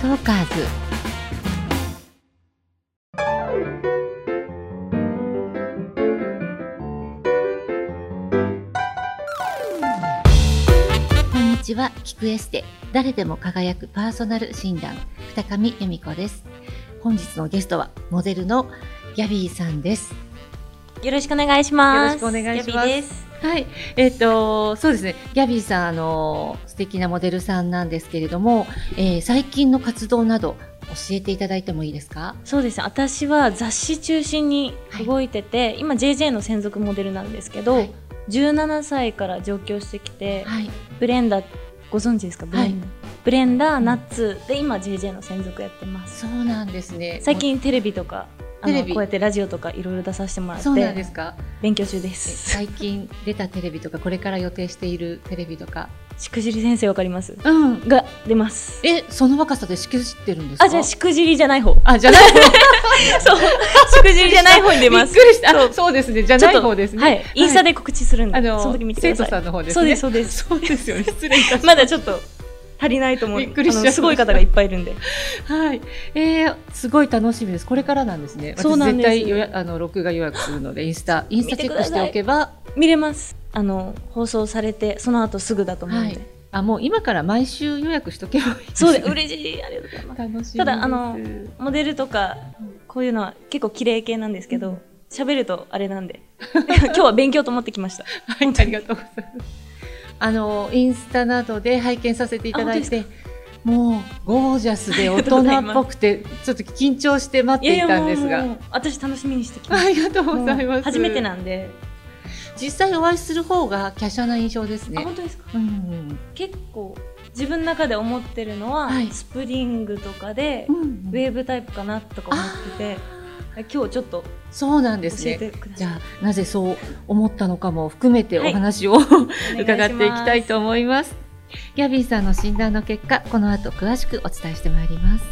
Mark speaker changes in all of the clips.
Speaker 1: ストーカーズこんにちはキクエステ誰でも輝くパーソナル診断二上由美子です本日のゲストはモデルのギャビーさんです
Speaker 2: よろしくお願いします。
Speaker 1: よろしくお願いします
Speaker 2: ギャビーです。
Speaker 1: はい、えっ、と、そうですね、ギャビーさん、あの、素敵なモデルさんなんですけれども、えー最近の活動など、教えていただいてもいいですか
Speaker 2: そうですね。私は雑誌中心に動いてて、今 JJ の専属モデルなんですけど、
Speaker 1: はい
Speaker 2: 17歳から上京してきて、
Speaker 1: はい。
Speaker 2: ブレンダーご存知ですか？ブレンダー、ブレンダーナッツで今 JJ の専属やってま
Speaker 1: そ
Speaker 2: す。
Speaker 1: うなんですね。
Speaker 2: 最近テレビとか。あの
Speaker 1: テレビ
Speaker 2: こうやってラジオとかいろいろ出させてもら
Speaker 1: も
Speaker 2: っ
Speaker 1: う、
Speaker 2: て
Speaker 1: そうなんですか
Speaker 2: 勉強中で
Speaker 1: え
Speaker 2: す。
Speaker 1: 最近出たテレビとか、これから予定しているテレビとか。
Speaker 2: しくじり先生わかります？
Speaker 1: うん。
Speaker 2: が出ます。
Speaker 1: え、その若さでしくじってるんですか
Speaker 2: あじゃあしくじりじゃない 方。
Speaker 1: あ、じゃない方。
Speaker 2: そうしくじりじゃない方に出ます
Speaker 1: びっ。くりした。あそうですね。じゃない方ですね。
Speaker 2: はい、インスタで告知するんで、
Speaker 1: あの、
Speaker 2: その時見てくださ
Speaker 1: 生
Speaker 2: い。
Speaker 1: 徒さんの方ですね。
Speaker 2: そうですそうで
Speaker 1: そ
Speaker 2: す。
Speaker 1: うですよ ね。失礼いたしました
Speaker 2: まだちょっと足りないと思う。
Speaker 1: びっくりしちゃい
Speaker 2: あ
Speaker 1: まし
Speaker 2: の
Speaker 1: た
Speaker 2: すごい方がいっぱいいるんで。
Speaker 1: はい、えー、すごい楽しみです。これからなんですね。私
Speaker 2: そうなんです
Speaker 1: 絶対予約あの録画予約するのでインスタインスタチェックしておけば、
Speaker 2: 見れます。あの放送されてその後すぐだと思うんで。
Speaker 1: はいあもう今から毎週予約しとけばいいです、
Speaker 2: そうで嬉しいありがとうございます。
Speaker 1: 楽しみです。
Speaker 2: ただあのモデルとかこういうのは結構綺麗系なんですけ
Speaker 1: う
Speaker 2: ど。喋るとあれなんで 今日は勉強と思ってき ました
Speaker 1: はいありがとうございます。あのインスタなどで拝見させていただいて。もうゴージャスで大人っぽく てちょっと緊張して待っていたんですが
Speaker 2: もう私楽しみにしてきまし
Speaker 1: ありがとう
Speaker 2: た
Speaker 1: ござい
Speaker 2: も
Speaker 1: ま
Speaker 2: う
Speaker 1: す
Speaker 2: 初めてなんで、
Speaker 1: 実際お会いする方が華奢な印象です
Speaker 2: あ
Speaker 1: ね
Speaker 2: 本当ですか
Speaker 1: うんうん
Speaker 2: 結構自分の中で思ってるのは、
Speaker 1: はい
Speaker 2: スプリングとかで、
Speaker 1: うんうん
Speaker 2: ウェーブタイプかなとか思ってて今日ちょっと
Speaker 1: そうなん
Speaker 2: 教
Speaker 1: です
Speaker 2: え
Speaker 1: ね
Speaker 2: てくださ
Speaker 1: じ
Speaker 2: い、
Speaker 1: ゃあなぜそう思ったのかも含めて
Speaker 2: はい
Speaker 1: お話を、
Speaker 2: お願いします
Speaker 1: 伺っていきたいと思いますギャビーさんの診断の結果この後詳しくお伝えしてまいります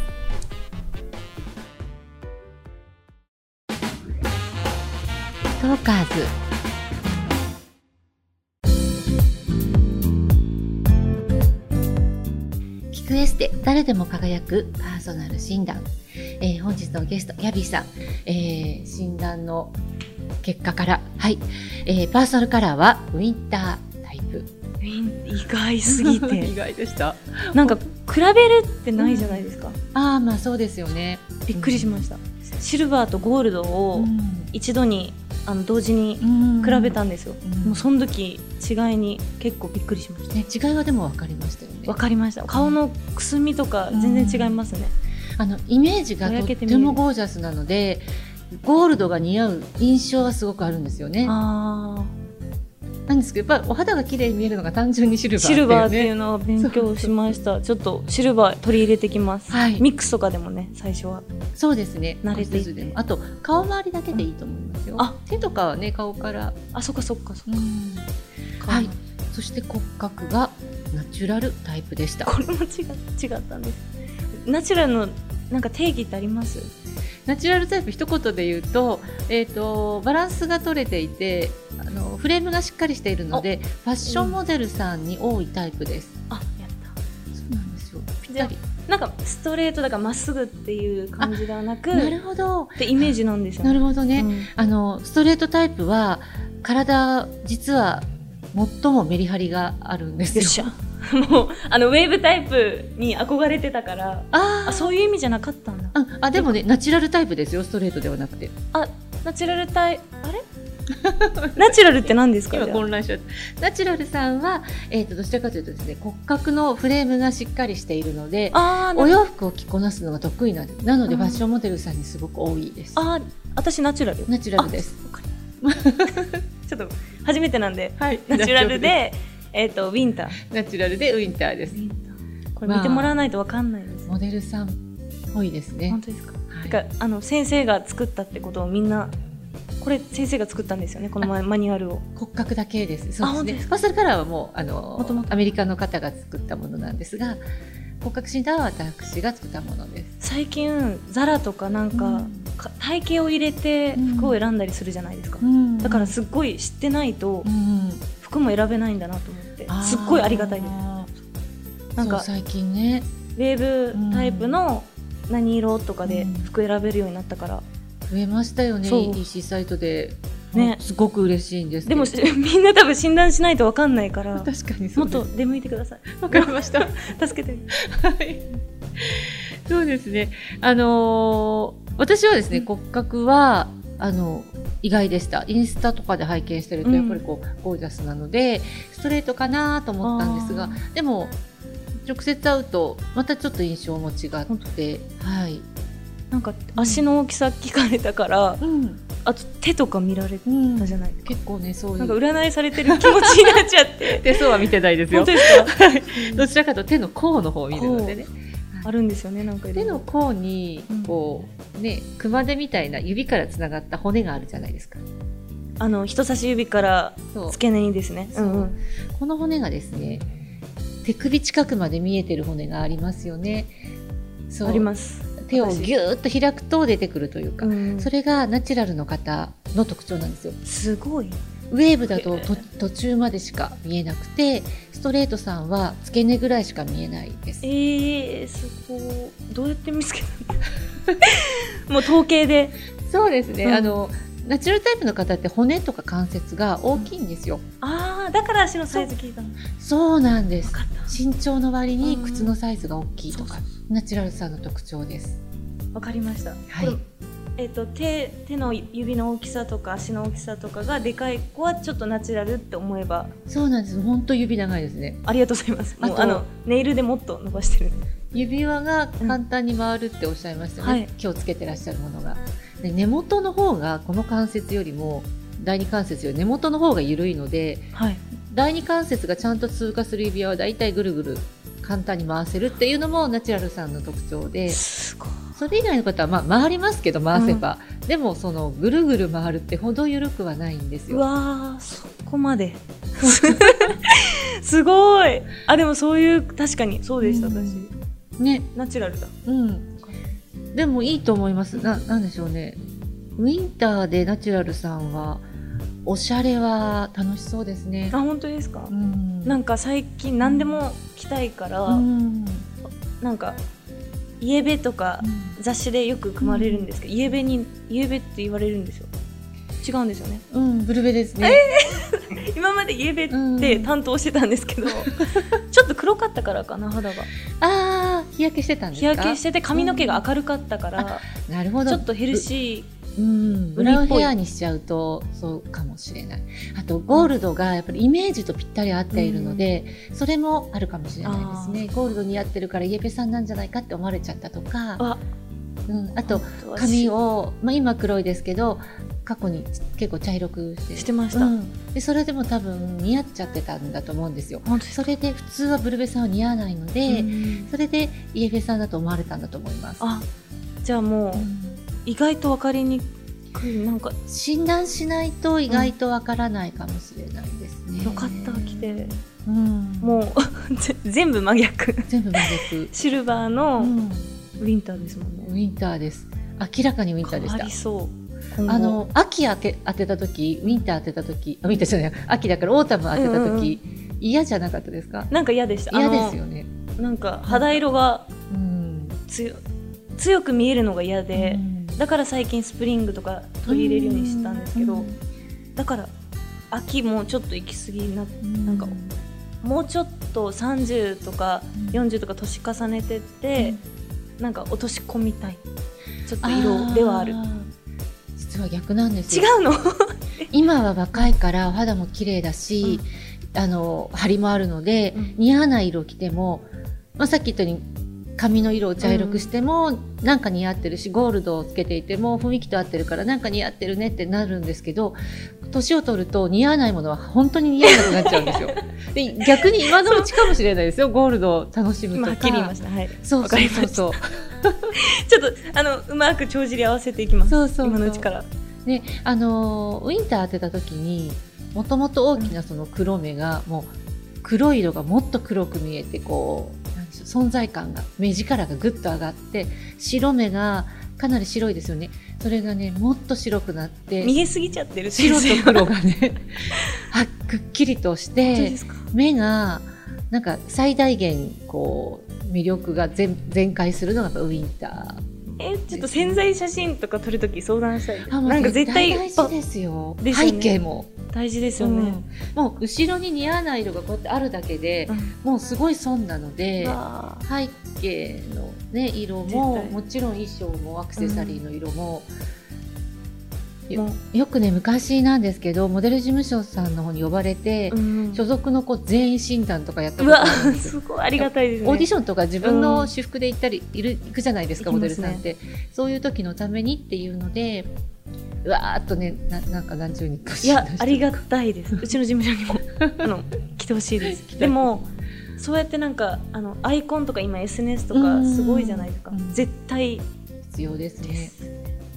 Speaker 1: トーカーズキクエステ誰でも輝くパーソナル診断、えー本日のゲストギャビーさん、えー診断の結果からはい、えーパーソナルカラーはウィンタータイプ
Speaker 2: ウィン意外すぎ て
Speaker 1: 外でした
Speaker 2: なんか比べるってないじゃないですか、
Speaker 1: ああまあそうですよね
Speaker 2: びっくりしました、シルバーとゴールドを一度にあの同時に
Speaker 1: うん
Speaker 2: 比べたんですよ、
Speaker 1: うん
Speaker 2: もうその時違いに結構びっくりしました
Speaker 1: ね違いはでも分かりましたよね
Speaker 2: わかりました顔のくすみとか全然違いますね、
Speaker 1: あのイメージがとっ
Speaker 2: ぼやけて見
Speaker 1: て
Speaker 2: え
Speaker 1: も
Speaker 2: る
Speaker 1: ゴージャスなのでゴールドが似合う印象はすごくあるんですよね
Speaker 2: あ
Speaker 1: なんですけどやっぱお肌が綺麗に見えるのが単純にシル
Speaker 2: あ
Speaker 1: バー
Speaker 2: シルバーっていう
Speaker 1: ね
Speaker 2: のを勉強しましたちょっとシルバー取り入れてきます、
Speaker 1: はい
Speaker 2: ミックスとかでもね最初は
Speaker 1: そうですね
Speaker 2: 慣れていて
Speaker 1: 少しずつでもあと顔周りだけでいいと思いますよ、
Speaker 2: うんあ
Speaker 1: 手とかはね顔から、
Speaker 2: あそっかそっかそっか
Speaker 1: はいそして骨格がナチュラルタイプでした
Speaker 2: これも違違ったんですナチュラルのなんか定義ってあります
Speaker 1: ナチュラルタイプ一言で言うと,、えー、とバランスが取れていてあのフレームがしっかりしているのでファッションモデルさんに多いタイプです。
Speaker 2: あやった
Speaker 1: そうなんですよぴったり
Speaker 2: なんかストレートだからまっすぐっていう感じではなく
Speaker 1: なるほど
Speaker 2: ってイメージなんですよ
Speaker 1: なる
Speaker 2: ほ
Speaker 1: ほどね、あのストレートタイプは体実は最もメリハリがあるんです
Speaker 2: よっ
Speaker 1: よ。
Speaker 2: しゃもうあのウェーブタイプに憧れてたから
Speaker 1: あー
Speaker 2: あそういう意味じゃなかったんだ
Speaker 1: うんあでもねナチュラルタイプですよストレートではなくて
Speaker 2: ナチュラルタイあ れナチュラルって何ですか
Speaker 1: 今
Speaker 2: じゃあ
Speaker 1: 混乱しちゃったナチュラルさんは、えー、とどちらかというとですね骨格のフレームがしっかりしているので
Speaker 2: あーな
Speaker 1: お洋服を着こなすのが得意なんです。なので
Speaker 2: うん
Speaker 1: ファッションモデルさんにすごく多いです。
Speaker 2: あー私ナチュラル
Speaker 1: ナチュラルです。
Speaker 2: ちょっと初めてなんで
Speaker 1: はい
Speaker 2: ナチュラル。でえっ、とウィンター
Speaker 1: ナチュラルでウィンターです。
Speaker 2: これ見てもらわないとわかんないです、
Speaker 1: モデルさんっぽいですね
Speaker 2: 本。当ですか、
Speaker 1: はい
Speaker 2: てかあの先生が作ったってことをみんなこれ先生が作ったんですよねこの前マニュアルを
Speaker 1: 骨格だけです。
Speaker 2: あ
Speaker 1: そう
Speaker 2: 本
Speaker 1: で
Speaker 2: 当
Speaker 1: すね。
Speaker 2: です
Speaker 1: ファッションカラーはもうあの
Speaker 2: 元々
Speaker 1: アメリカの方が作ったものなんですが、骨格診断は私が作ったものです。
Speaker 2: 最近ザラとかなんか,か、
Speaker 1: うん
Speaker 2: 体型を入れて服を選んだりするじゃないですか、だからすっごい知ってないと
Speaker 1: うん、
Speaker 2: 服も選べないんだなと思ってすっごいありがたいです
Speaker 1: す。な
Speaker 2: な
Speaker 1: んん
Speaker 2: か
Speaker 1: か最近ね、
Speaker 2: ウェーブタイプの何色とかで服選べるようになったから、
Speaker 1: 増えましたよね
Speaker 2: そう
Speaker 1: EC サイトで、
Speaker 2: ね
Speaker 1: すごく嬉しいんですけ
Speaker 2: で
Speaker 1: ど
Speaker 2: も しみんな多分診断しないとわかんないから
Speaker 1: 確か にそ
Speaker 2: も
Speaker 1: う
Speaker 2: っ
Speaker 1: です
Speaker 2: と出向いてください
Speaker 1: わかりました
Speaker 2: 助けて
Speaker 1: はい。そうですね。あのー私はですね、
Speaker 2: うん
Speaker 1: 骨格は、あの、意外でした。インスタとかで拝見してると、
Speaker 2: うん
Speaker 1: やっぱりこう、ゴージャスなので、ストレートかなと思ったんですが、
Speaker 2: あー
Speaker 1: でも、直接会うと、またちょっと印象も違
Speaker 2: 本
Speaker 1: って、はい。
Speaker 2: なんか足の大きさ聞かれたから
Speaker 1: うん。
Speaker 2: あと手とか見られ
Speaker 1: うん
Speaker 2: たじゃないですか、
Speaker 1: 結構ね、そうい
Speaker 2: なんか
Speaker 1: う。
Speaker 2: 占いされてる気持ちになっちゃって
Speaker 1: 手相は見てないです
Speaker 2: 本
Speaker 1: よ
Speaker 2: 当。ですか
Speaker 1: どちらかというと手の甲の方を見るのでね。
Speaker 2: あるんですよねなんか色
Speaker 1: 手の
Speaker 2: 々
Speaker 1: 甲に
Speaker 2: うん、
Speaker 1: こう、ね、熊手みたいな指からつながった骨があるじゃないですか。
Speaker 2: あの人差し指から
Speaker 1: そう
Speaker 2: 付け根にですね
Speaker 1: そう
Speaker 2: うん
Speaker 1: この骨がですね手首近くまで見えてる骨がありますよね
Speaker 2: う
Speaker 1: そ
Speaker 2: ん、
Speaker 1: う
Speaker 2: あります
Speaker 1: 手を
Speaker 2: 私
Speaker 1: ギューッと開くと出てくるというか、
Speaker 2: うん
Speaker 1: それがナチュラルの方の特徴なんですよ
Speaker 2: すごい
Speaker 1: ウェーブだと
Speaker 2: へえ
Speaker 1: と途中までしか見えなくてストレートさんは付け根ぐらいしか見えないです
Speaker 2: えー、すごいどうやって見つけたの もう統計で
Speaker 1: そうですね、
Speaker 2: うん
Speaker 1: あのナチュラルタイプの方って骨とか関節が大きいんですよ、
Speaker 2: ああだから足のサイズ聞いたの分
Speaker 1: そうなんです
Speaker 2: かった
Speaker 1: 身長の割に
Speaker 2: うん
Speaker 1: 靴のサイズが大きいとか
Speaker 2: そう
Speaker 1: ナチュラルさんの特徴です
Speaker 2: わかりました。
Speaker 1: はい
Speaker 2: これえっ、と手手の指の大きさとか足の大きさとかがでかい子はちょっとナチュラルって思えば
Speaker 1: そうなんです本当指長いですね
Speaker 2: ありがとうございます。もう
Speaker 1: あ
Speaker 2: あ
Speaker 1: と
Speaker 2: のネイルでもっと伸ばしてる。
Speaker 1: 指輪が簡単に回るっておっしゃいましたね、
Speaker 2: うんはい
Speaker 1: 今日つけてらっしゃるものがで根元の方がこの関節よりも第二関節より根元の方が緩いので
Speaker 2: はい。
Speaker 1: 第二関節がちゃんと通過する指輪はだいたいぐるぐる簡単に回せるっていうのもナチュラルさんの特徴です
Speaker 2: ごい。
Speaker 1: それ以外の方はまあ回りますけど回せば、でもそのぐるぐる回るってほど緩くはないんです
Speaker 2: う
Speaker 1: よ
Speaker 2: わーそこまで。 すごい。あでもそういう確かにそうでした
Speaker 1: うん
Speaker 2: 私。
Speaker 1: ね
Speaker 2: ナチュラルだ。
Speaker 1: うんでもいいと思いますななんでしょうねウィンターでナチュラルさんはおしゃれは楽しそうですね
Speaker 2: あ本当ですか
Speaker 1: う。ん
Speaker 2: なんか最近何でも着たいから、
Speaker 1: うん
Speaker 2: なんかイエベとか雑誌でよく組まれるんですけど、イエベにイエベって言われるんですよ違うんですよね
Speaker 1: うん、ブルベですね。
Speaker 2: 今までイエベっ
Speaker 1: う
Speaker 2: て
Speaker 1: ん
Speaker 2: 担当してたんですけ ど、ちょっと黒かったからかな肌が
Speaker 1: ああ、日焼けしてたんです
Speaker 2: 日
Speaker 1: か。
Speaker 2: 焼けしてて髪の毛が明るかったから、
Speaker 1: なるほど。
Speaker 2: ちょっとヘルシ
Speaker 1: うん、ブ
Speaker 2: 海っ
Speaker 1: ラ
Speaker 2: ぽ
Speaker 1: ウン
Speaker 2: い
Speaker 1: ヘアにしちゃうとそうかもしれないあとゴールドがやっぱりイメージとぴったり合っているので、それもあるかもしれないですねゴールド似合ってるからイエベさんなんじゃないかって思われちゃったとか
Speaker 2: あ
Speaker 1: うん、あ
Speaker 2: ー
Speaker 1: と
Speaker 2: あとは
Speaker 1: 髪を、まあ、今黒いですけど過去に結構茶色くして
Speaker 2: してました、
Speaker 1: うんでそれでも多分似合っちゃってたんだと思うんですよ
Speaker 2: 本当です
Speaker 1: そ
Speaker 2: か
Speaker 1: れで普通はブルベさんは似合わないので、
Speaker 2: うん
Speaker 1: それでイエフェさんだと思われたんだと思います、
Speaker 2: あじゃあもう
Speaker 1: うん
Speaker 2: 意外と分かりにくいなんか
Speaker 1: 診断しないと意外とわからないかもしれないですね、
Speaker 2: よかった着て、
Speaker 1: うん、もう
Speaker 2: もう ぜ全部真逆
Speaker 1: 全部真 逆、
Speaker 2: シルバー
Speaker 1: う
Speaker 2: の
Speaker 1: ん、ウ
Speaker 2: ウィンターですもんね、
Speaker 1: ィンターです明らかにウィンターでし
Speaker 2: 変わ
Speaker 1: た
Speaker 2: りそう
Speaker 1: あの秋当て当てた時ウィンター当てた時あウィンターじゃない秋だからオータム当てた時、嫌じゃなかったですか
Speaker 2: なんか嫌でした
Speaker 1: 嫌です
Speaker 2: よ
Speaker 1: よね。
Speaker 2: なんか肌色が
Speaker 1: うん、
Speaker 2: 強強く見えるのが嫌で、
Speaker 1: うん
Speaker 2: だから最近スプリングとか取り入れるようにしたんですけど、だから秋もちょっと行き過ぎにななんかもうちょっと30とか40とか年重ねてって、なんか落とし込みたいちょっと色ではある
Speaker 1: ー実は逆なんです
Speaker 2: 違
Speaker 1: よ
Speaker 2: うの、
Speaker 1: 今は若いからお肌も綺麗だし、あの張りもあるので、
Speaker 2: うん
Speaker 1: 似合わない色を着ても、まあ、さっき言ったように髪の色を茶色くしても、なんか似合ってるしゴールドをつけていても雰囲気と合ってるからなんか似合ってるねってなるんですけど年を取ると似合わないものは本当に似合わなくなっちゃうん ですよ。で逆に今のうちかもしれないですよゴールドを楽しむと
Speaker 2: 今
Speaker 1: か。
Speaker 2: はっきり言いましたはい
Speaker 1: そう
Speaker 2: わ
Speaker 1: そ
Speaker 2: か
Speaker 1: う
Speaker 2: り
Speaker 1: そう
Speaker 2: ま
Speaker 1: そう
Speaker 2: ちょっとあのうまく帳尻合わせていきます
Speaker 1: そうそうそう
Speaker 2: 今のうちから
Speaker 1: であのーウィンター当てた時にもともと大きなその黒目がもう黒い色がもっと黒く見えてこうなんでしょう存在感が目力がぐっと上がって白目がかなり白いですよねそれがねもっと白くなって
Speaker 2: 見えすぎちゃってる
Speaker 1: 白
Speaker 2: 先生
Speaker 1: と黒がねはくっきりとし
Speaker 2: 本当
Speaker 1: て
Speaker 2: ですか
Speaker 1: 目がなんか最大限こう魅力が全全開するのがやっぱウィンタ
Speaker 2: えちょっと潜在写真とか撮るとき相談したいです
Speaker 1: ー。
Speaker 2: なんか絶対
Speaker 1: 大事ですよ。
Speaker 2: ですよ
Speaker 1: 背
Speaker 2: ね
Speaker 1: 景も、
Speaker 2: 大事ですよね、
Speaker 1: うんもう後ろに似合わない色がこうやってあるだけで、もうすごい損なので。
Speaker 2: わ
Speaker 1: 背景の、ね、色も
Speaker 2: 絶対
Speaker 1: もちろん衣装もアクセサリーの色も、
Speaker 2: ー
Speaker 1: よ
Speaker 2: も
Speaker 1: よくね昔なんですけどモデル事務所さんの方に呼ばれて
Speaker 2: う、うん
Speaker 1: 所属の子全員診断とかやった
Speaker 2: う
Speaker 1: こと
Speaker 2: わ
Speaker 1: あるんですよ。
Speaker 2: すごいありがたいです ね
Speaker 1: オーディションとか自分
Speaker 2: う
Speaker 1: の
Speaker 2: ん
Speaker 1: 私服で行ったりいる行くじゃないですかモ
Speaker 2: 行き
Speaker 1: デ
Speaker 2: ま
Speaker 1: ル
Speaker 2: すね
Speaker 1: さんって、そういう時のためにっていうのでうわーっとねななんか何十人か
Speaker 2: いやあり
Speaker 1: と
Speaker 2: がた いですうちの事務所にもあの来てほしいです
Speaker 1: い
Speaker 2: でもそうやってなんかあのアイコンとか今 SNS とかすごいじゃないですか
Speaker 1: うん
Speaker 2: 絶対
Speaker 1: 必要です
Speaker 2: で
Speaker 1: ね
Speaker 2: す、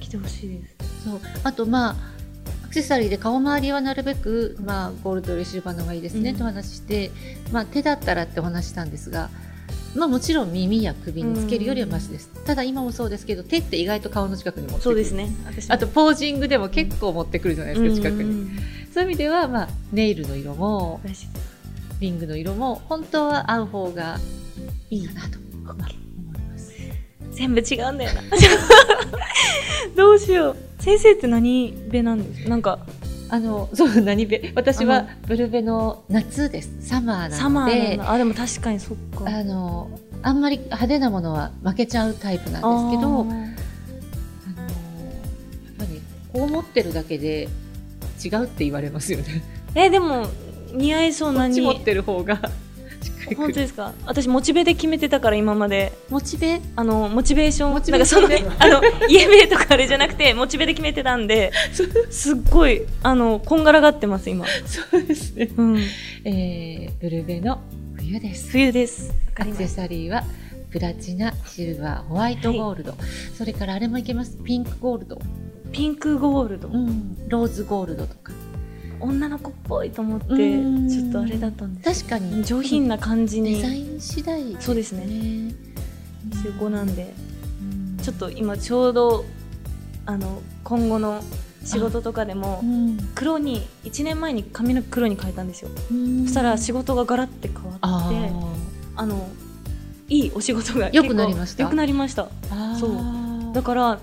Speaker 2: 来てほしいです
Speaker 1: そうあとまあアクセサリーで顔周りはなるべく、まあ、ゴールドよりシルバーの方がいいですね、
Speaker 2: うん
Speaker 1: と話して、まあ、手だったらってお話したんですが、まあ、もちろん耳や首につけるよりはマシです、ただ今もそうですけど手って意外と顔の近くに持ってくる
Speaker 2: そうですね私も
Speaker 1: あとポージングでも結構持ってくるじゃないですか、近く
Speaker 2: うんう
Speaker 1: に
Speaker 2: んうん
Speaker 1: そういう意味では、まあ、ネイルの色も
Speaker 2: 大事です
Speaker 1: リングの色も本当は合う方がいいかなと、まあ
Speaker 2: OK
Speaker 1: 思います
Speaker 2: 全部違うんだよな どうしよう先生って何べなんですなんか
Speaker 1: あのそう何べ私
Speaker 2: あ
Speaker 1: は
Speaker 2: の
Speaker 1: ブルベの夏ですサマーなので
Speaker 2: サマーなんだあでも確かにそっか
Speaker 1: あのあんまり派手なものは負けちゃうタイプなんですけどあのやっぱりこう持ってるだけで違うって言われますよね。
Speaker 2: えでも似合いそう
Speaker 1: こ
Speaker 2: な
Speaker 1: っち
Speaker 2: に
Speaker 1: 持ってる方がしっくりく
Speaker 2: 本当
Speaker 1: る
Speaker 2: ですか私モチベで決めてたから今まで
Speaker 1: モチベ
Speaker 2: あのモチベーション
Speaker 1: モチベーション
Speaker 2: なんかその あの家名とかあれじゃなくてモチベで決めてた んで
Speaker 1: そ
Speaker 2: すっごいあのこんがらがってます今、
Speaker 1: そうですね、
Speaker 2: うん、
Speaker 1: えー、ブルベの冬です
Speaker 2: 冬ですわか
Speaker 1: ア
Speaker 2: り
Speaker 1: ク
Speaker 2: ま
Speaker 1: セ
Speaker 2: す
Speaker 1: サリーはプラチナシルバーホワイトゴールド、それからあれもいけますピンクゴールド、
Speaker 2: ピンクゴールド、
Speaker 1: うん、ローズゴールドとか
Speaker 2: 女の子っぽいと思って
Speaker 1: うん
Speaker 2: ちょっとあれだったんです
Speaker 1: 確かに
Speaker 2: 上品な感じ
Speaker 1: デザ
Speaker 2: に
Speaker 1: イン次第ですね
Speaker 2: そうですね中古なんで
Speaker 1: うん
Speaker 2: ちょっと今ちょうどあの今後の仕事とかでも黒に1年前に髪の毛黒に変えたんですよ
Speaker 1: うん
Speaker 2: そしたら仕事がガラッて変わって
Speaker 1: あー
Speaker 2: あのいいお仕事が
Speaker 1: 良くなりました
Speaker 2: 良くなりました
Speaker 1: あー
Speaker 2: そうだから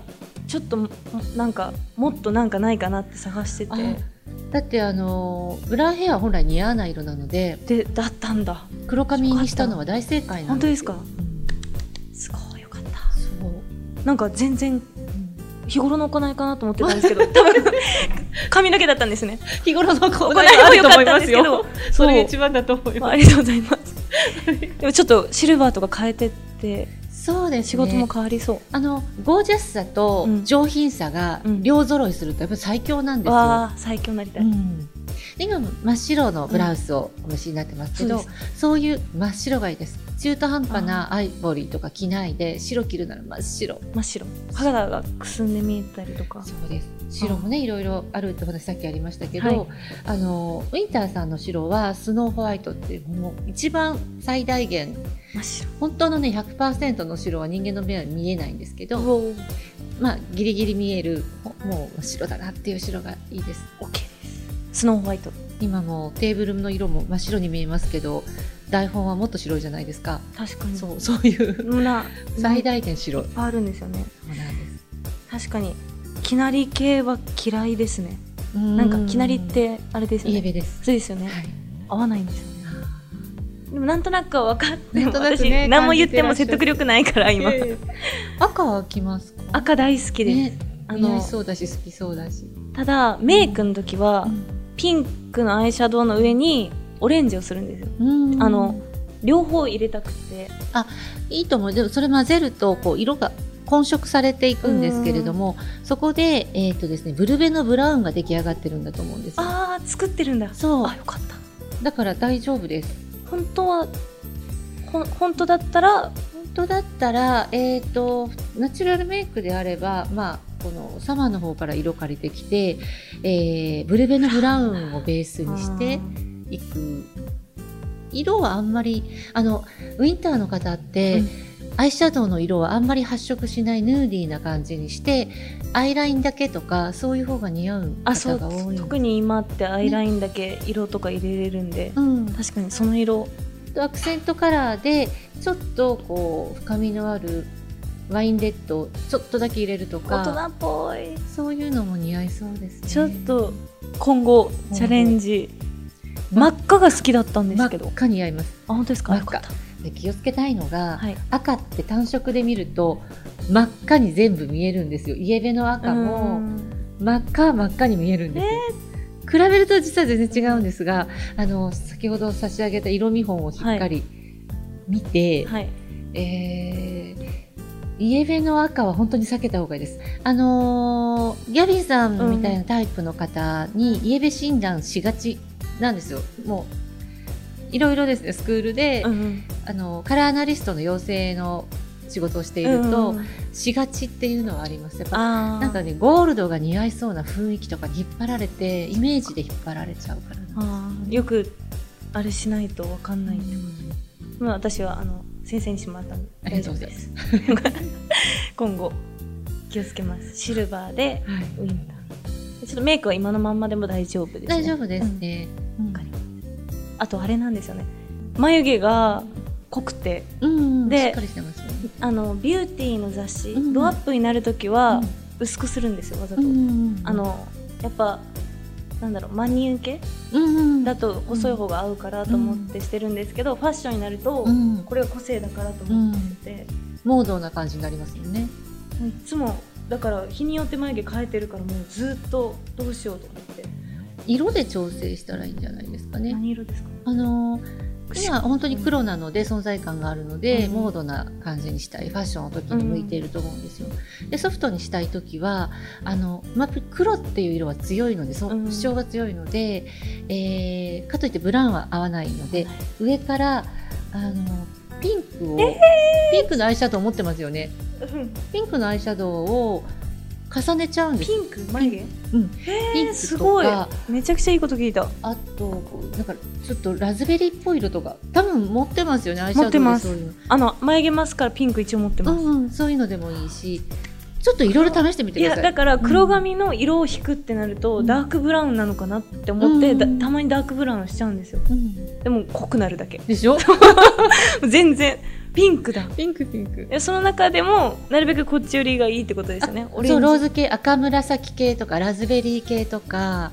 Speaker 2: ちょっともなんかもっとなんかないかなって探して
Speaker 1: あー
Speaker 2: て
Speaker 1: だってあのーブラウンヘアは本来似合わない色なので
Speaker 2: でだったんだ
Speaker 1: 黒髪にしたのは大正解な
Speaker 2: 本
Speaker 1: ん
Speaker 2: 当
Speaker 1: で
Speaker 2: ですす
Speaker 1: よ
Speaker 2: か
Speaker 1: うん
Speaker 2: すごいよかっ
Speaker 1: そう、
Speaker 2: たなんか全然
Speaker 1: うん
Speaker 2: 日頃の行いかなと思ってた んですけど多分髪の毛だったんですね
Speaker 1: 日頃の行
Speaker 2: 行
Speaker 1: い
Speaker 2: い
Speaker 1: が
Speaker 2: も
Speaker 1: ある
Speaker 2: 良
Speaker 1: と思
Speaker 2: か
Speaker 1: い
Speaker 2: ったん
Speaker 1: ま
Speaker 2: ですすけ
Speaker 1: よ
Speaker 2: ど
Speaker 1: それが
Speaker 2: そ
Speaker 1: 一番だと思い
Speaker 2: まあ、
Speaker 1: ま
Speaker 2: ありがとうございます でもちょっとシルバーとか変えてって
Speaker 1: すそうですね
Speaker 2: 仕事も変わりそう、
Speaker 1: あのゴージャスさと
Speaker 2: うん
Speaker 1: 上品さが
Speaker 2: うん
Speaker 1: 両揃いするとやっぱり最強なんですよ、
Speaker 2: わあ最強になりた
Speaker 1: う
Speaker 2: い、
Speaker 1: ん、で今真っ白のブラウスをお召しになってますけ
Speaker 2: そう
Speaker 1: ど、
Speaker 2: です
Speaker 1: そういう真っ白がいいです。中途半端なアイボリーとか着ないで、白着るなら真っ白。
Speaker 2: 真っ白肌がくすんで見えたりとか
Speaker 1: そうです。白もね、いろいろあるってお話さっきありましたけど、
Speaker 2: はい
Speaker 1: あの、ウィンターさんの白はスノーホワイトっていう、もう一番最大限、
Speaker 2: 真っ白
Speaker 1: 本当のね、100%の白は人間の目は見えないんですけど、
Speaker 2: おー
Speaker 1: まあ、ギリギリ見える、ほもう白だなっていう白がいいです。
Speaker 2: OK ですスノーホワイト
Speaker 1: 今もうテーブルの色も真っ白に見えますけど、台本はもっと白いじゃないですか。
Speaker 2: 確かに
Speaker 1: そう、そういう、
Speaker 2: うな
Speaker 1: 最大限白。
Speaker 2: いっぱいあるんですよね
Speaker 1: そうなんです。
Speaker 2: 確かにきなり系は嫌いですね
Speaker 1: な
Speaker 2: なんかきなりってあれです
Speaker 1: イ
Speaker 2: よ
Speaker 1: エ
Speaker 2: ね
Speaker 1: ベです。
Speaker 2: そうですよね
Speaker 1: はい。
Speaker 2: 合わないんですよねでもなんとなくは分かって
Speaker 1: なん
Speaker 2: も
Speaker 1: となくね
Speaker 2: 私何も言っても説得力ないから今
Speaker 1: 赤は着ますか。
Speaker 2: 赤大好きです、
Speaker 1: ね、
Speaker 2: あ
Speaker 1: 似合い
Speaker 2: の
Speaker 1: そうだし好きそうだし。
Speaker 2: ただメイクの時は、ピンクのアイシャドウの上にオレンジをするんですよ
Speaker 1: うん
Speaker 2: あの両方入れたくて
Speaker 1: いいと思う。でもそれ混ぜるとこう色が混色されていくんですけれども、そこでえっ、とですねブルベのブラウンが出来上がってるんだと思うんですよ。
Speaker 2: ああ作ってるんだ
Speaker 1: そう
Speaker 2: あよかった
Speaker 1: だから大丈夫です。
Speaker 2: 本当はほん本当だったら
Speaker 1: 本当だったらえっ、とナチュラルメイクであればまあ。このサマーの方から色借りてきて、えー、ブルベのブラウンをベースにして
Speaker 2: あ、ー
Speaker 1: 行く色はあんまりあのウィンターの方って、
Speaker 2: うん
Speaker 1: アイシャドウの色はあんまり発色しないヌーディーな感じにしてアイラインだけとかそういう方が似合う
Speaker 2: あそ
Speaker 1: 方が
Speaker 2: う
Speaker 1: 多いの
Speaker 2: 特に今ってアイラインだけ色とか入れれるんで、
Speaker 1: うん、
Speaker 2: 確かにその色
Speaker 1: とアクセントカラーでちょっとこう深みのあるワインレッドをちょっとだけ入れると
Speaker 2: 大人
Speaker 1: か
Speaker 2: っぽい
Speaker 1: そういうのも似合いそうですね
Speaker 2: ちょっと今後チャレンジ真っ赤が好きだったんで
Speaker 1: 真
Speaker 2: す
Speaker 1: っ
Speaker 2: けど、
Speaker 1: 赤に合います
Speaker 2: あ本当ですか
Speaker 1: 真っ赤
Speaker 2: よかっ
Speaker 1: で気をつけたいの
Speaker 2: た
Speaker 1: が、
Speaker 2: はい
Speaker 1: 赤って単色で見ると真っ赤に全部見えるんですよイエベの赤
Speaker 2: う
Speaker 1: も
Speaker 2: ん
Speaker 1: 真っ赤は真っ赤に見えるんですよ、比べると実は全然違うんですがあの先ほど差し上げた色見本をしっかり見て、
Speaker 2: はい
Speaker 1: えーイエベの赤は本当に避けた方がいいです。あのーギャビンさんみたいなタイプの方にイエベ診断しがちなんですよ。もう、いろいろですね、スクールで、
Speaker 2: うん
Speaker 1: あの、カラーアナリストの養成の仕事をしていると、
Speaker 2: うん
Speaker 1: しがちっていうのはあります。やっぱ
Speaker 2: あー
Speaker 1: なんかね、ゴールドが似合いそうな雰囲気とかに引っ張られて、イメージで引っ張られちゃうからな。
Speaker 2: あーよくあれしないとわかんない、まあ私はあの先生にしてもらったんで
Speaker 1: ありがとうございます。
Speaker 2: 大丈夫です今後気をつけますシルバーで
Speaker 1: はい
Speaker 2: ウィンターちょっとメイクは今のまんまでも大丈夫です、ね、
Speaker 1: 大丈夫ですね。
Speaker 2: うんわかりますあとあれなんですよね眉毛が濃くて
Speaker 1: うん、うん、し
Speaker 2: で
Speaker 1: っかりしてますよね。
Speaker 2: あのビューティーの雑誌、
Speaker 1: うん
Speaker 2: ドアップになる時は薄くするんですよわざと、あ
Speaker 1: あ、
Speaker 2: のやっぱなんだろう真に受け
Speaker 1: うんうん、
Speaker 2: だと細い方が合うからと思ってしてるんですけど、ファッションになると、
Speaker 1: うん、
Speaker 2: これは個性だからと
Speaker 1: う
Speaker 2: 思っ
Speaker 1: ん、
Speaker 2: て、
Speaker 1: モードな感じになりますよね。
Speaker 2: もういつもだから日によって眉毛変えてるからもうずっとどうしようと思って、
Speaker 1: 色で調整したらいいんじゃないですかね。
Speaker 2: 何色ですか
Speaker 1: あのー今本当に黒なので存在感があるので、
Speaker 2: うん
Speaker 1: モードな感じにしたいファッションの時に向いていると思うんですよ。でソフトにしたい時はあの、まあ、黒っていう色は強いのでそ
Speaker 2: うん
Speaker 1: 主張が強いので、えーかといってブラウンは合わないので上からあのピンクを、ピンクのアイシャドウ持ってますよね。
Speaker 2: うん
Speaker 1: ピンクのアイシャドウを重ねちゃうんです
Speaker 2: ピンク眉毛
Speaker 1: うんピン
Speaker 2: へ
Speaker 1: ク
Speaker 2: え
Speaker 1: とか
Speaker 2: すごいめちゃくちゃいいこと聞いた
Speaker 1: あとこうなんかちょっとラズベリーっぽい色とか多分持ってますよねアイシャドウで
Speaker 2: 持ってます
Speaker 1: そういうの
Speaker 2: あの眉毛マスカラピンク一応持ってます、
Speaker 1: うんうん、そういうのでもいいしちょっといろいろ試してみて
Speaker 2: い
Speaker 1: くだ
Speaker 2: や
Speaker 1: さ
Speaker 2: だ
Speaker 1: い
Speaker 2: から黒髪の色を引くってなると、
Speaker 1: うん
Speaker 2: ダークブラウンなのかなって思って、
Speaker 1: うん
Speaker 2: だたまにダークブラウンしちゃうんですよ
Speaker 1: うん
Speaker 2: でも濃くなるだけ
Speaker 1: でしょ
Speaker 2: 全然 ピンクだ
Speaker 1: ピンクピンク
Speaker 2: でその中でもなるべくこっち寄りがいいってことですよねオレンジ
Speaker 1: そうローズ系赤紫系とかラズベリー系とか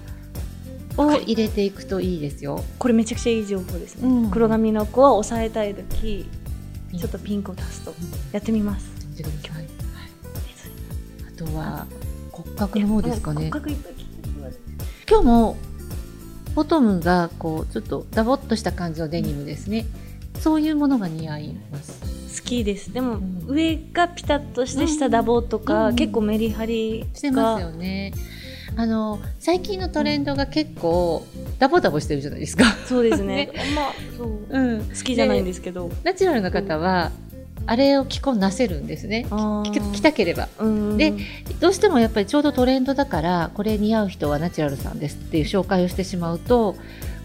Speaker 1: を入れていくといいですよ、
Speaker 2: これめちゃくちゃいい情報ですね、
Speaker 1: うん
Speaker 2: 黒髪の子は抑えたい時
Speaker 1: ピンク
Speaker 2: ちょっとピンクを足すとやってみます
Speaker 1: 見てくださいはいあとは骨格の方ですか
Speaker 2: い
Speaker 1: ね
Speaker 2: やもう骨格いっぱい聞いてます
Speaker 1: 今日もボトムがこうちょっとダボっとした感じのデニムですね、そういうものが似合います
Speaker 2: 好きですでも、
Speaker 1: うん
Speaker 2: 上がピタッとして下ダボとか、
Speaker 1: うん
Speaker 2: 結構メリハリ
Speaker 1: してます
Speaker 2: が
Speaker 1: よねあの最近のトレンドが結構ダボダボしてるじゃないですか、
Speaker 2: そうです ねまあそう
Speaker 1: うん、
Speaker 2: 好きじゃないんですけど、
Speaker 1: ナチュラルな方はあれを着こなせるんですね
Speaker 2: あ
Speaker 1: 着
Speaker 2: ー
Speaker 1: 着たければ
Speaker 2: うん
Speaker 1: でどうしてもやっぱりちょうどトレンドだからこれ似合う人はナチュラルさんですっていう紹介をしてしまうと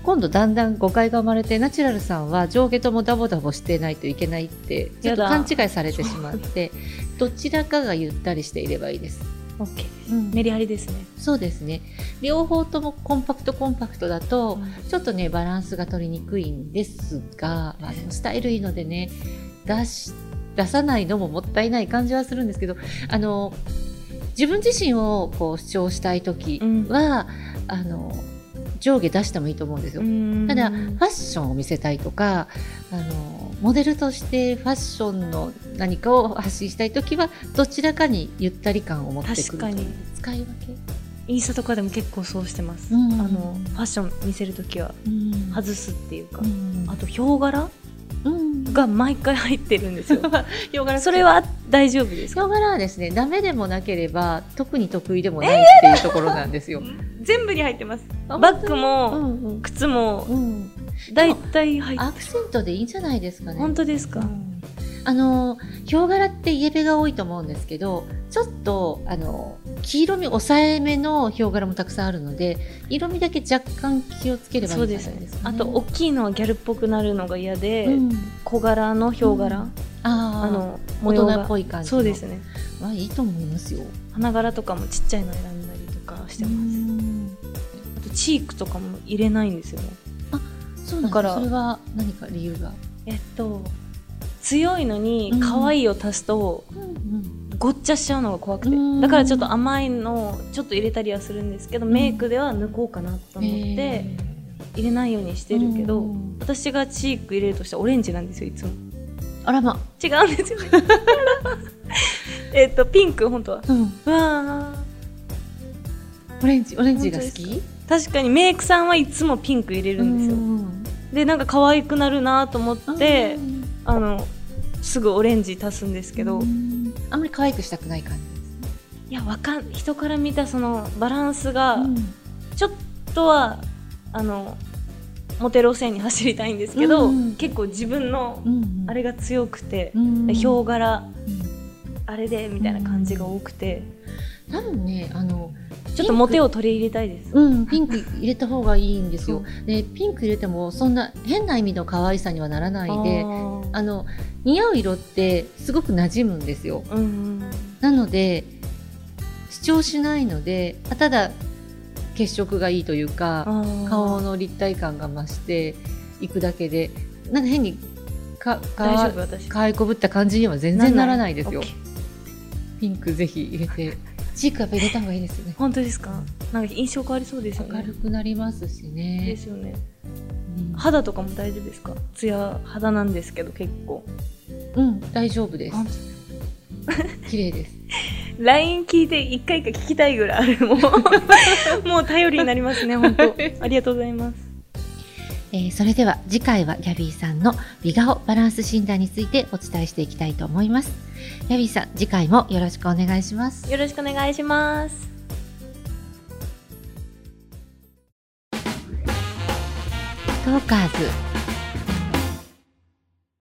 Speaker 1: 今度だんだん誤解が生まれてナチュラルさんは上下ともダボダボしてないといけないってちょっ
Speaker 2: や
Speaker 1: と
Speaker 2: だ
Speaker 1: 勘違いされてしまってどちらかがゆったりしていればいいです、
Speaker 2: オッケーですメリハリですね、
Speaker 1: そうですね両方ともコンパクトコンパクトだとちょっとねバランスが取りにくいんですが、まあ、でもスタイルいいのでね出し出さないのももったいない感じはするんですけどあの自分自身をこう主張したい時は、あの上下出してもいいと思うんですよ。
Speaker 2: うん
Speaker 1: ただファッションを見せたいとかあのモデルとしてファッションの何かを発信したい時はどちらかにゆったり感を持ってくると
Speaker 2: 確かに
Speaker 1: 使い分け、
Speaker 2: インスタとかでも結構そうしてます、
Speaker 1: うん
Speaker 2: あのファッション見せるときは外すっていうか、
Speaker 1: うん
Speaker 2: あとヒョウ柄
Speaker 1: うん
Speaker 2: が毎回入ってるんです よ
Speaker 1: 洋 柄
Speaker 2: それは大丈夫ですか
Speaker 1: ヒョウ柄はですね、ダメでもなければ、特に得意でもないっていうところなんですよ。
Speaker 2: 全部に入ってます
Speaker 1: あ
Speaker 2: バッグ
Speaker 1: う
Speaker 2: も、
Speaker 1: んうん
Speaker 2: 靴も
Speaker 1: うん、
Speaker 2: だいたい入って
Speaker 1: アクセントでいいんじゃないですかね。
Speaker 2: 本当ですか、
Speaker 1: うんあの、ヒョウ柄ってイエベが多いと思うんですけど、ちょっと、あの、黄色み抑えめのヒョウ柄もたくさんあるので、色味だけ若干気をつければい
Speaker 2: そ
Speaker 1: い
Speaker 2: うん
Speaker 1: じ
Speaker 2: で
Speaker 1: ゃ
Speaker 2: す
Speaker 1: ない
Speaker 2: ね
Speaker 1: ですか、
Speaker 2: あ
Speaker 1: ね。
Speaker 2: と大きいのはギャルっぽくなるのが嫌で、
Speaker 1: うん
Speaker 2: 小柄のヒョウ柄、
Speaker 1: うんあ
Speaker 2: あ
Speaker 1: の、
Speaker 2: の模
Speaker 1: 大
Speaker 2: 様が
Speaker 1: 人っぽい感じの。
Speaker 2: そうですね
Speaker 1: まあ、いいと思いますよ。
Speaker 2: 花柄とかもちっちゃいの選んだりとかしてます、
Speaker 1: うん
Speaker 2: あとチークとかも入れないんですよね
Speaker 1: そうなんだ
Speaker 2: だから
Speaker 1: それは何か理由が。
Speaker 2: えっと強いのに
Speaker 1: うん
Speaker 2: 可愛いを足すとごっちゃしちゃうのが怖くて
Speaker 1: うん
Speaker 2: だからちょっと甘いのをちょっと入れたりはするんですけど
Speaker 1: ん
Speaker 2: メイクでは抜こうかなと思って入れないようにしてるけ
Speaker 1: う
Speaker 2: ど
Speaker 1: ん
Speaker 2: 私がチーク入れるとしたらオレンジなんですよいつも
Speaker 1: あらま、
Speaker 2: 違うんですよね えっとピンク本当は
Speaker 1: うん、
Speaker 2: うわー
Speaker 1: オレンジオレンジが好
Speaker 2: 本当
Speaker 1: き
Speaker 2: 確かにメイクさんはいつもピンク入れるんですよ、でなんか可愛くなるなと思
Speaker 1: うん
Speaker 2: って
Speaker 1: うん
Speaker 2: あのすぐオレンジ足すんですけど、
Speaker 1: うんあんまり可愛くしたくない感
Speaker 2: いやわかん人から見たそのバランスが
Speaker 1: じ
Speaker 2: ちょっとは、あのモテ路線に走りたいんですけど、
Speaker 1: うん
Speaker 2: 結構自分の
Speaker 1: うん
Speaker 2: あれが強くて、
Speaker 1: うん
Speaker 2: ヒョウ柄あれでみたいな感じが多くて、
Speaker 1: 多分ねあの
Speaker 2: ちょっとモテを取り入れたいです。
Speaker 1: うん、ピンク入れた方がいいんですよ
Speaker 2: う。
Speaker 1: で、ピンク入れてもそんな変な意味の可愛さにはならないで、
Speaker 2: あ
Speaker 1: あの似合う色ってすごく馴染むんですよ。
Speaker 2: ーうん
Speaker 1: なので主張しないので、あただ血色がいいというか、顔
Speaker 2: の
Speaker 1: の立体感が増していくだけで、なんか変にか
Speaker 2: 大丈
Speaker 1: か
Speaker 2: 夫私
Speaker 1: かわいこぶった感じには全然ならないですよ
Speaker 2: オッ。ケー
Speaker 1: ピンクぜひ入れて、 チークやっぱ入れた方がいいですよね。
Speaker 2: 本当ですかなんか印象変わりそうですよね
Speaker 1: 明るくなりますし
Speaker 2: で
Speaker 1: ね。
Speaker 2: すよね
Speaker 1: うん
Speaker 2: 肌とかも大丈夫ですかツヤ肌なんですけど結構
Speaker 1: うん、大丈夫です。
Speaker 2: あ
Speaker 1: 綺麗です。
Speaker 2: LINE 聞いて一回か聞きたいぐらいあるもう もう頼りになりますね本 当ありがとうございます
Speaker 1: えーそれでは次回はギャビーさんの美顔バランス診断についてお伝えしていきたいと思います。ギャビーさん、次回もよろしくお願いします。
Speaker 2: よろしくお願いします
Speaker 1: トーカーズ